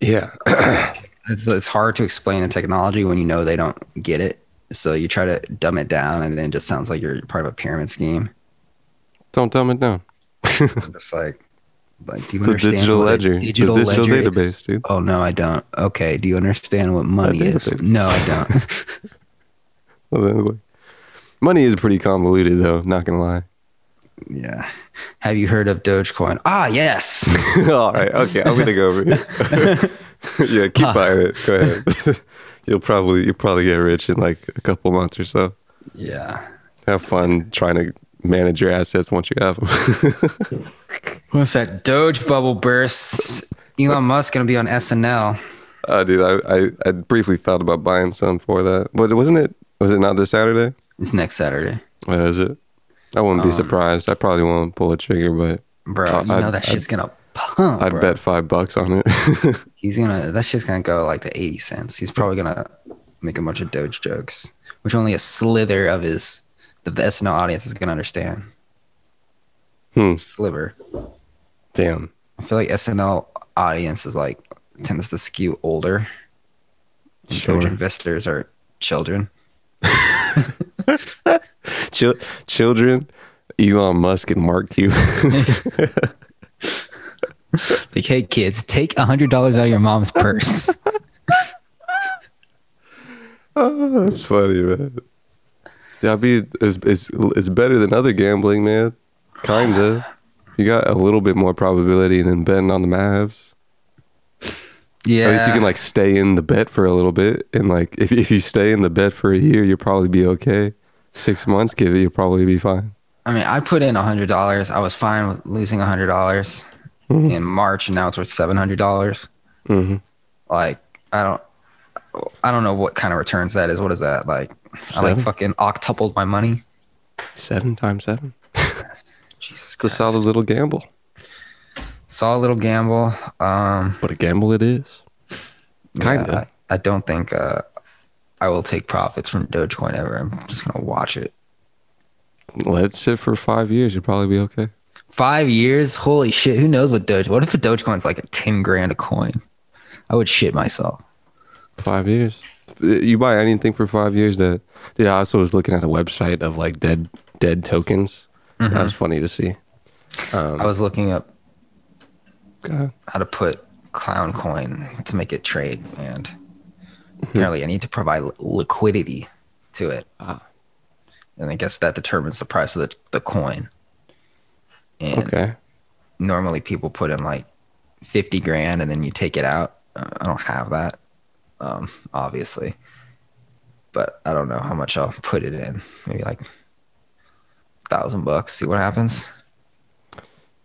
Yeah,
It's it's hard to explain the technology when you know they don't get it. So you try to dumb it down and then it just sounds like you're part of a pyramid scheme.
don't dumb it down.
I'm just like like do you
It's a
understand
digital
what
ledger. It's a
digital,
digital
ledger is?
database, dude.
Oh no, I don't. Okay, do you understand what money is?
database.
No, I don't.
Well, then, like, money is pretty convoluted, though. Not gonna lie.
yeah. Have you heard of Dogecoin? Ah, yes.
All right, okay, I'm gonna go over here. yeah, keep buying it. Go ahead. you'll probably you'll probably get rich in like a couple months or so.
yeah.
Have fun trying to manage your assets once you have them.
Once that Doge bubble bursts, Elon Musk gonna be on SNL.
Uh, dude, I, I I briefly thought about buying some for that, but wasn't it was it not this Saturday?
It's next Saturday,
What is it? I wouldn't be surprised. I probably won't pull a trigger, but
bro.
Oh,
you know
I'd-
that shit's gonna pump.
I'd
bro.
bet five bucks on it.
he's gonna that shit's gonna go like to eighty cents. He's probably gonna make a bunch of Doge jokes, which only a slither of his the, the SNL audience is gonna understand.
Hmm.
Sliver.
Damn.
I feel like SNL audience is like tends to skew older. and Doge
Sure.
investors are children.
Chil- children, Elon Musk and Mark Cuban.
Like, hey kids, take a hundred dollars out of your mom's purse.
Oh, that's funny, man. Yeah, I mean, it's, it's, it's better than other gambling, man. Kinda. You got a little bit more probability than betting on the Mavs.
yeah.
At least you can like stay in the bet for a little bit, and like if if you stay in the bet for a year, you'll probably be okay. six months, kid, you'll probably be fine.
I mean, I put in hundred dollars. I was fine with losing hundred dollars
Mm-hmm.
in March, and now it's worth seven hundred dollars.
Mhm.
Like, I don't, I don't know what kind of returns that is. What is that like? I
Seven?
like fucking octupled my money.
Seven times seven.
Jesus
It's a
Christ.
solid little gamble,
Solid little gamble. Um,
but a gamble it is. Kind
yeah,
of.
I, I don't think uh, I will take profits from Dogecoin ever. I'm just gonna watch it.
Let it sit for five years. You'll probably be okay.
Five years? Holy shit! Who knows what Doge? What if the Dogecoin's like a ten grand a coin? I would shit myself.
Five years. You buy anything for five years that dude, I also was looking at a website of like dead dead tokens. That was funny to see.
I was looking up
God.
how to put clown coin to make it trade and apparently i need to provide li- liquidity to it and i guess that determines the price of the, the coin and
Okay.
normally people put in like 50 grand and then you take it out uh, i don't have that um, obviously but i don't know how much i'll put it in maybe like thousand bucks see what happens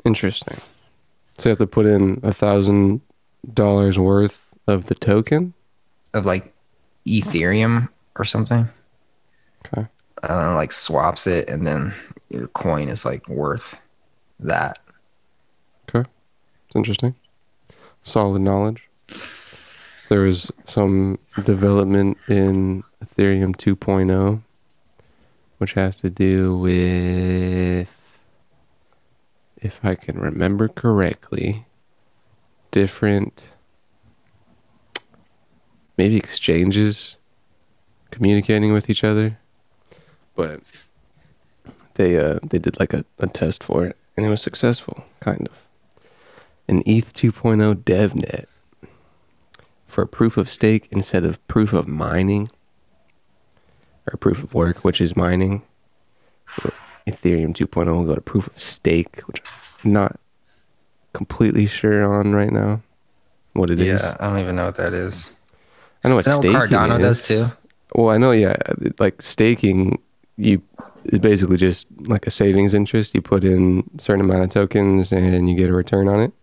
Interesting. So you have to put in a thousand dollars worth of the token.
of like Ethereum or something.
Okay.
Uh, like swaps it, and then your coin is like worth that.
Okay. It's interesting. Solid knowledge. There was some development in Ethereum 2.0, which has to do with, if I can remember correctly, different maybe exchanges communicating with each other. But they uh, they did like a, a test for it and it was successful, kind of an E ETH 2.0 DevNet for proof of stake instead of proof of mining or proof of work, which is mining. Ethereum 2.0 will go to proof of stake, which I'm not completely sure on right now what it is.
I don't even know what that is.
I know what
Is that what
staking
Cardano
is.
does too?
Well, I know, yeah. Like staking, you is basically just like a savings interest. You put in a certain amount of tokens and you get a return on it.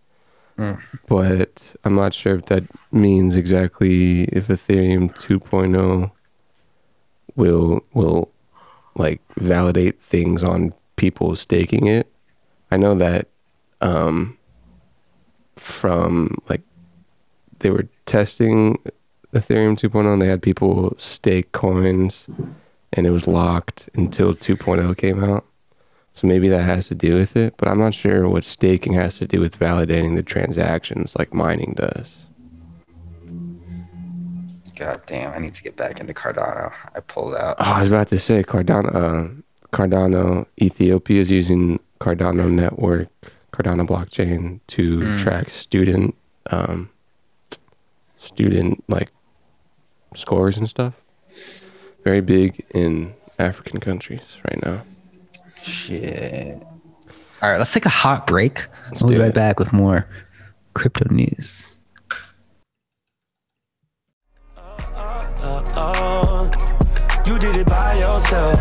But I'm not sure if that means exactly if Ethereum 2.0 will will like validate things on people staking it. I know that um, from like they were testing Ethereum 2.0 and they had people stake coins and it was locked until 2.0 came out. So maybe that has to do with it, but I'm not sure what staking has to do with validating the transactions like mining does.
God damn! I need to get back into Cardano. I pulled out.
Oh, I was about to say Cardano. Uh, Cardano Ethiopia is using Cardano network, Cardano blockchain to track student, um, student like scores and stuff. Very big in African countries right now.
Shit. All right, let's take a hot break. we'll be
do
right
it.
back with more crypto news.
You did it by yourself.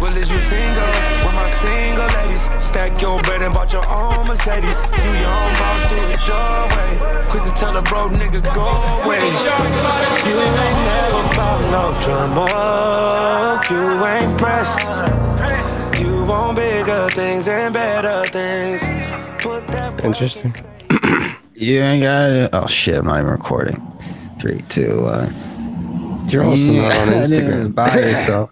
Well, is you single? With my single ladies, stack your bread and bought your own Mercedes. You your own boss, do it your way. Quick to tell a broke nigga go away. You ain't never bought no drama. You ain't pressed. You want bigger things and better things. Put that work
Interesting.
You ain't got it. Oh shit! I'm not even recording. Three, two, one.
You're also
Yeah,
not on
I didn't
Instagram.
Buy yourself.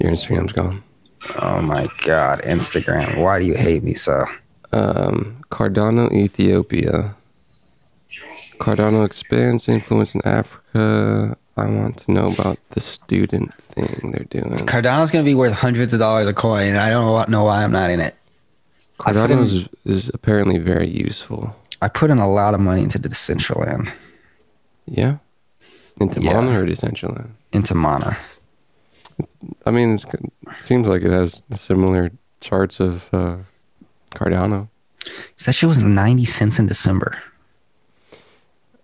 Your Instagram's gone.
Oh my god, Instagram. Why do you hate me so?
Um, Cardano Ethiopia. Cardano expands influence in Africa. I want to know about the student thing they're doing.
Cardano's gonna be worth hundreds of dollars a coin, and I don't wa- know why I'm not in it. I
Cardano
put, in,
is, is apparently very useful.
I put in a lot of money into Decentraland,
Yeah. Into
Yeah.
Mana or Decentraland?
into Mana.
I mean, it's, good- seems like it has similar charts of uh, Cardano.
That shit was 90 cents in December.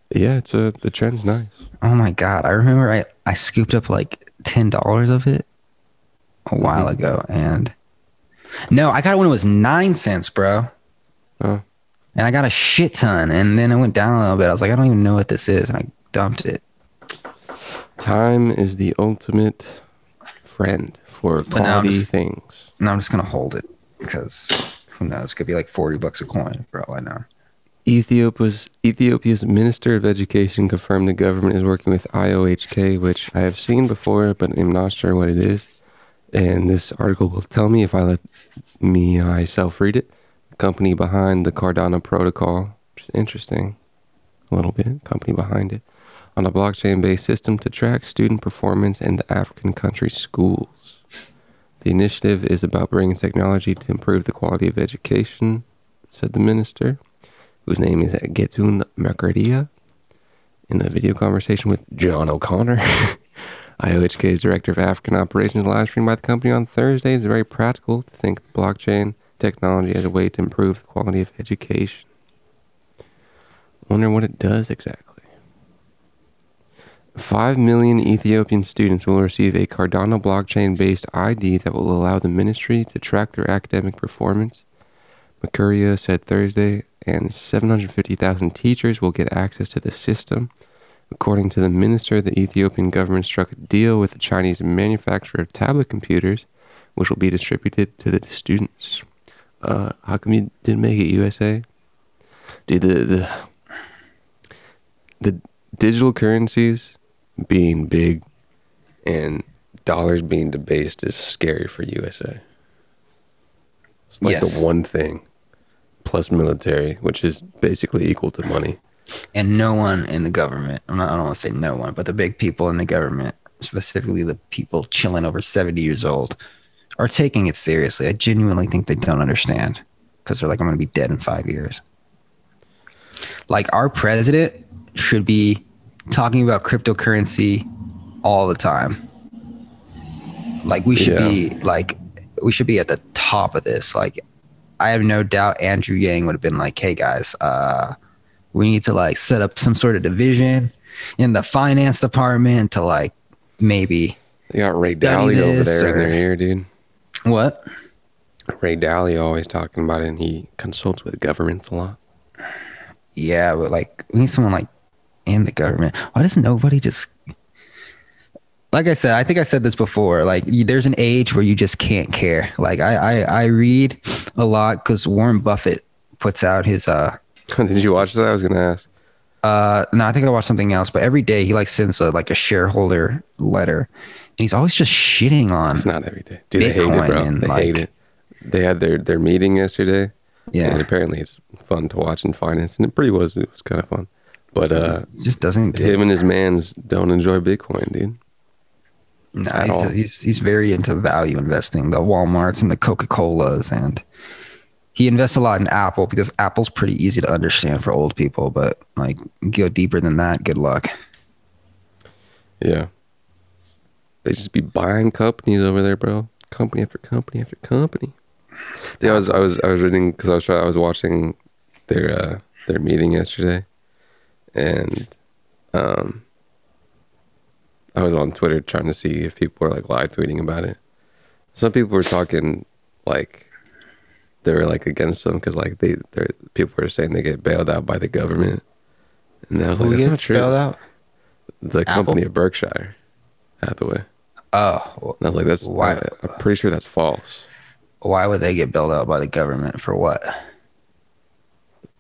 Yeah, it's a the trend's nice.
Oh my god! I remember I I scooped up like ten dollars of it a while ago, and no, I got it when it was nine cents, bro.
Oh.
And I got a shit ton, and then it went down a little bit. I was like, I don't even know what this is, and I dumped it.
Time is the ultimate friend for
now I'm
quality
just-
things.
And I'm just gonna hold it because who knows? Could be like forty bucks a coin for all I know.
Ethiopia's Ethiopia's Minister of Education confirmed the government is working with IOHK, which I have seen before, but I'm not sure what it is. And this article will tell me if I let me myself read it. The company behind the Cardano protocol, which is interesting, a little bit. Company behind it on a blockchain-based system to track student performance in the African country schools. The initiative is about bringing technology to improve the quality of education, said the minister whose name is Getun Mercadia, in a video conversation with John O'Connor, IOHK's director of African operations, live streamed by the company on Thursday. It's very practical to think of blockchain technology as a way to improve the quality of education. Wonder what it does exactly. Five million Ethiopian students will receive a Cardano blockchain-based ID that will allow the ministry to track their academic performance Mercuria said Thursday, and 750,000 teachers will get access to the system. According to the minister, the Ethiopian government struck a deal with the Chinese manufacturer of tablet computers, which will be distributed to the students. Uh, how come you didn't make it, USA? Dude, the, the, the digital currencies being big and dollars being debased is scary for USA. It's like
Yes.
the one thing plus military, which is basically equal to money.
and no one in the government I'm not, i don't want to say no one but the big people in the government specifically the people chilling over 70 years old are taking it seriously i genuinely think they don't understand because they're like i'm going to be dead in five years like our president should be talking about cryptocurrency all the time like we should
Yeah.
be like we should be at the top of this like i have no doubt andrew yang would have been like hey guys uh we need to like set up some sort of division in the finance department to like maybe
They got Ray
Study
Dalio over
this
there in
or-
their ear, dude.
what
Ray Dalio always talking about it, and he consults with governments a lot.
yeah but like we need someone like in the government why doesn't nobody just like i said i think i said this before like y- there's an age where you just can't care like i i, I read a lot because warren buffett puts out his uh
Did you watch that? I was gonna ask.
uh no i think i watched something else but every day he like sends a like a shareholder letter and he's always just shitting on
It's not every day, dude. They hate
Bitcoin
it, bro.
and,
They hate
like-
it. They had their their meeting yesterday.
yeah
and apparently it's fun to watch in finance, and it pretty was. It was kind of fun, but uh,
just doesn't get
him and his mans don't enjoy Bitcoin, dude.
No,
at all.
he's, he's he's very into value investing, the WalMarts and the Coca Colas, and he invests a lot in Apple because Apple's pretty easy to understand for old people. But like, go deeper than that, good luck.
Yeah, they just be buying companies over there, bro. Company after company after company. Yeah, I was I was I was reading because I was trying, I was watching their uh, their meeting yesterday, and um, I was on Twitter trying to see if people were like live tweeting about it. Some people were talking like they were like against them because like they they're- people were saying they get bailed out by the government, and
Oh,
I was like, that's not true.
out?
The
Apple?
company of Berkshire Hathaway.
Oh, well,
And I was like, that's
Why-
I, I'm pretty sure that's false.
why would they get bailed out by the government for what?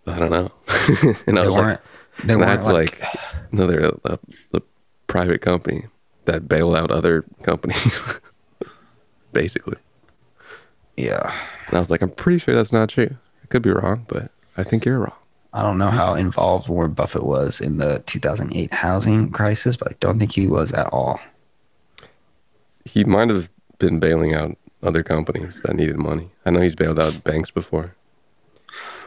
I don't know. and I
They
was like,
weren't. they
And
weren't
that's like, another uh, the private company that bail out other companies, basically.
yeah.
And I was like, I'm pretty sure that's not true. I could be wrong, but I think you're wrong.
I don't know how involved Warren Buffett was in the 2008 housing crisis, but I don't think he was at all.
He might have been bailing out other companies that needed money. I know he's bailed out banks before.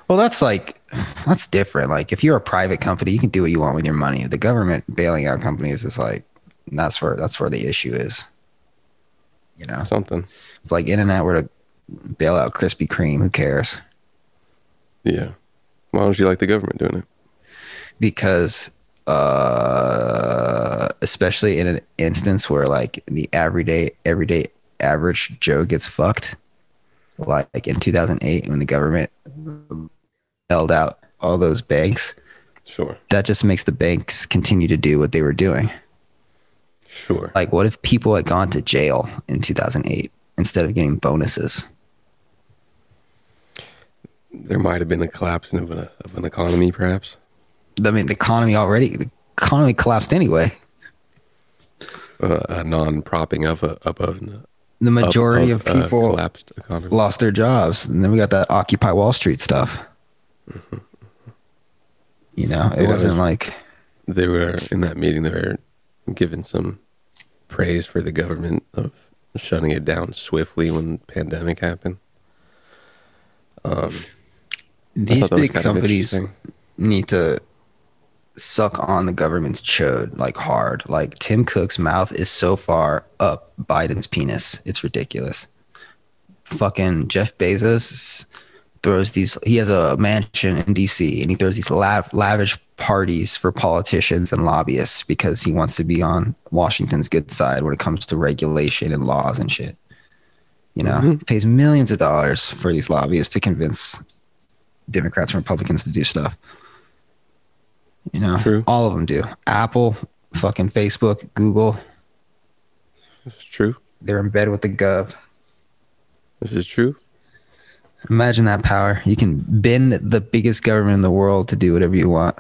Well, that's like that's different. Like if you're a private company, you can do what you want with your money. The government bailing out companies is like that's where that's where the issue is. You know,
Something.
if like Internet were to bail out Krispy Kreme, who cares?
Yeah. Why don't you like the government doing it?
Because uh, especially in an instance where like the everyday everyday average Joe gets fucked, like, like in 2008 when the government held out all those banks,
Sure.
that just makes the banks continue to do what they were doing.
Sure.
Like, what if people had gone to jail in 2008 instead of getting bonuses?
There might have been a collapse of an, of an economy, perhaps.
I mean, the economy already the economy collapsed anyway.
Uh, a non propping of a of a
The majority of, uh,
a
people
uh, collapsed economy.
lost their jobs, and then we got that Occupy Wall Street stuff. You know, it
Yeah,
wasn't
it's-
like
they were in that meeting. They were given some praise for the government of shutting it down swiftly when the pandemic happened.
these
thought that was
big
kind of
companies
interesting.
need to suck on the government's chode like hard. Like Tim Cook's mouth is so far up Biden's penis. It's ridiculous. Fucking Jeff Bezos throws these he has a mansion in DC and he throws these lav- lavish parties for politicians and lobbyists because he wants to be on Washington's good side when it comes to regulation and laws and shit. You know, pays millions of dollars for these lobbyists to convince Democrats and Republicans to do stuff. You know,
True.
all of them do. Apple, fucking Facebook, Google,
This is true.
they're in bed with the gov.
This is true.
Imagine that power. You can bend the biggest government in the world to do whatever you want.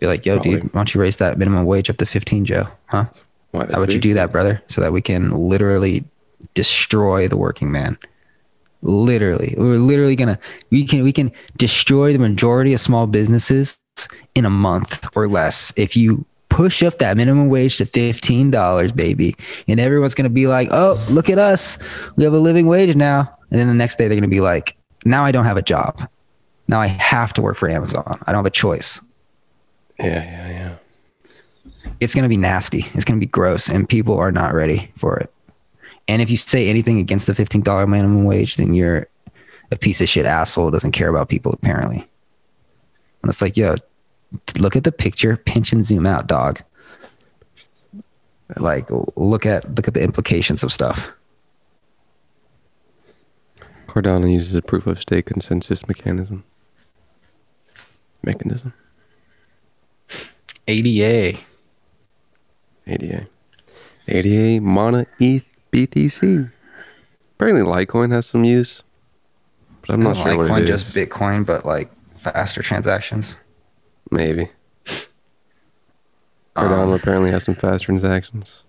Be like, yo,
Probably.
dude, why don't you raise that minimum wage up to 15, Joe? Huh?
Why
How would you do that, brother? So that we can literally destroy the working man. Literally, we're literally gonna we can we can destroy the majority of small businesses in a month or less if you push up that minimum wage to fifteen dollars, baby. And everyone's gonna be like, "Oh, look at us! We have a living wage now." And then the next day they're gonna be like, "Now I don't have a job. Now I have to work for Amazon. I don't have a choice."
Yeah, yeah, yeah.
it's going to be nasty. It's going to be gross, and people are not ready for it. And if you say anything against the fifteen dollar minimum wage, then you're a piece of shit asshole. who Doesn't care about people apparently. And it's like, yo, t- look at the picture, pinch and zoom out, dog. Like, l- look at look at the implications of stuff.
Cardano uses a proof of stake consensus mechanism. Mechanism.
ADA.
ADA. ADA, Mana, ETH, BTC. Apparently Litecoin has some use, but I'm not
Not
sure
Litecoin,
what it is.
just Bitcoin, but like faster transactions.
Maybe. Cardano apparently has some fast transactions.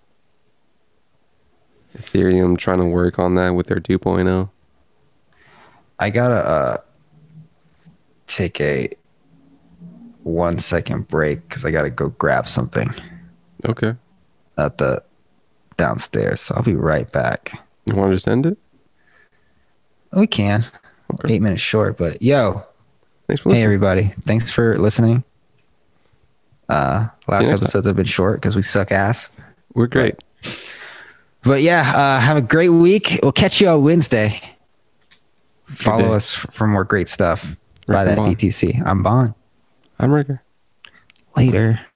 Ethereum trying to work on that with their oh. 2.0.
I gotta uh, take a one second break because I gotta go grab something
Okay.
at the downstairs. So I'll be right back. Oh,
You want to just end it?
We can.
Okay.
Eight minutes short, but yo,
Thanks for listening.
hey everybody, thanks for listening. Uh, last
Yeah.
episodes have been short because we suck ass.
We're great.
But yeah, uh, have a great week. We'll catch you on Wednesday. Follow
day.
us for more great stuff.
Rick
Buy
and
that
Bond.
BTC. I'm Bon.
I'm Ricker.
Later.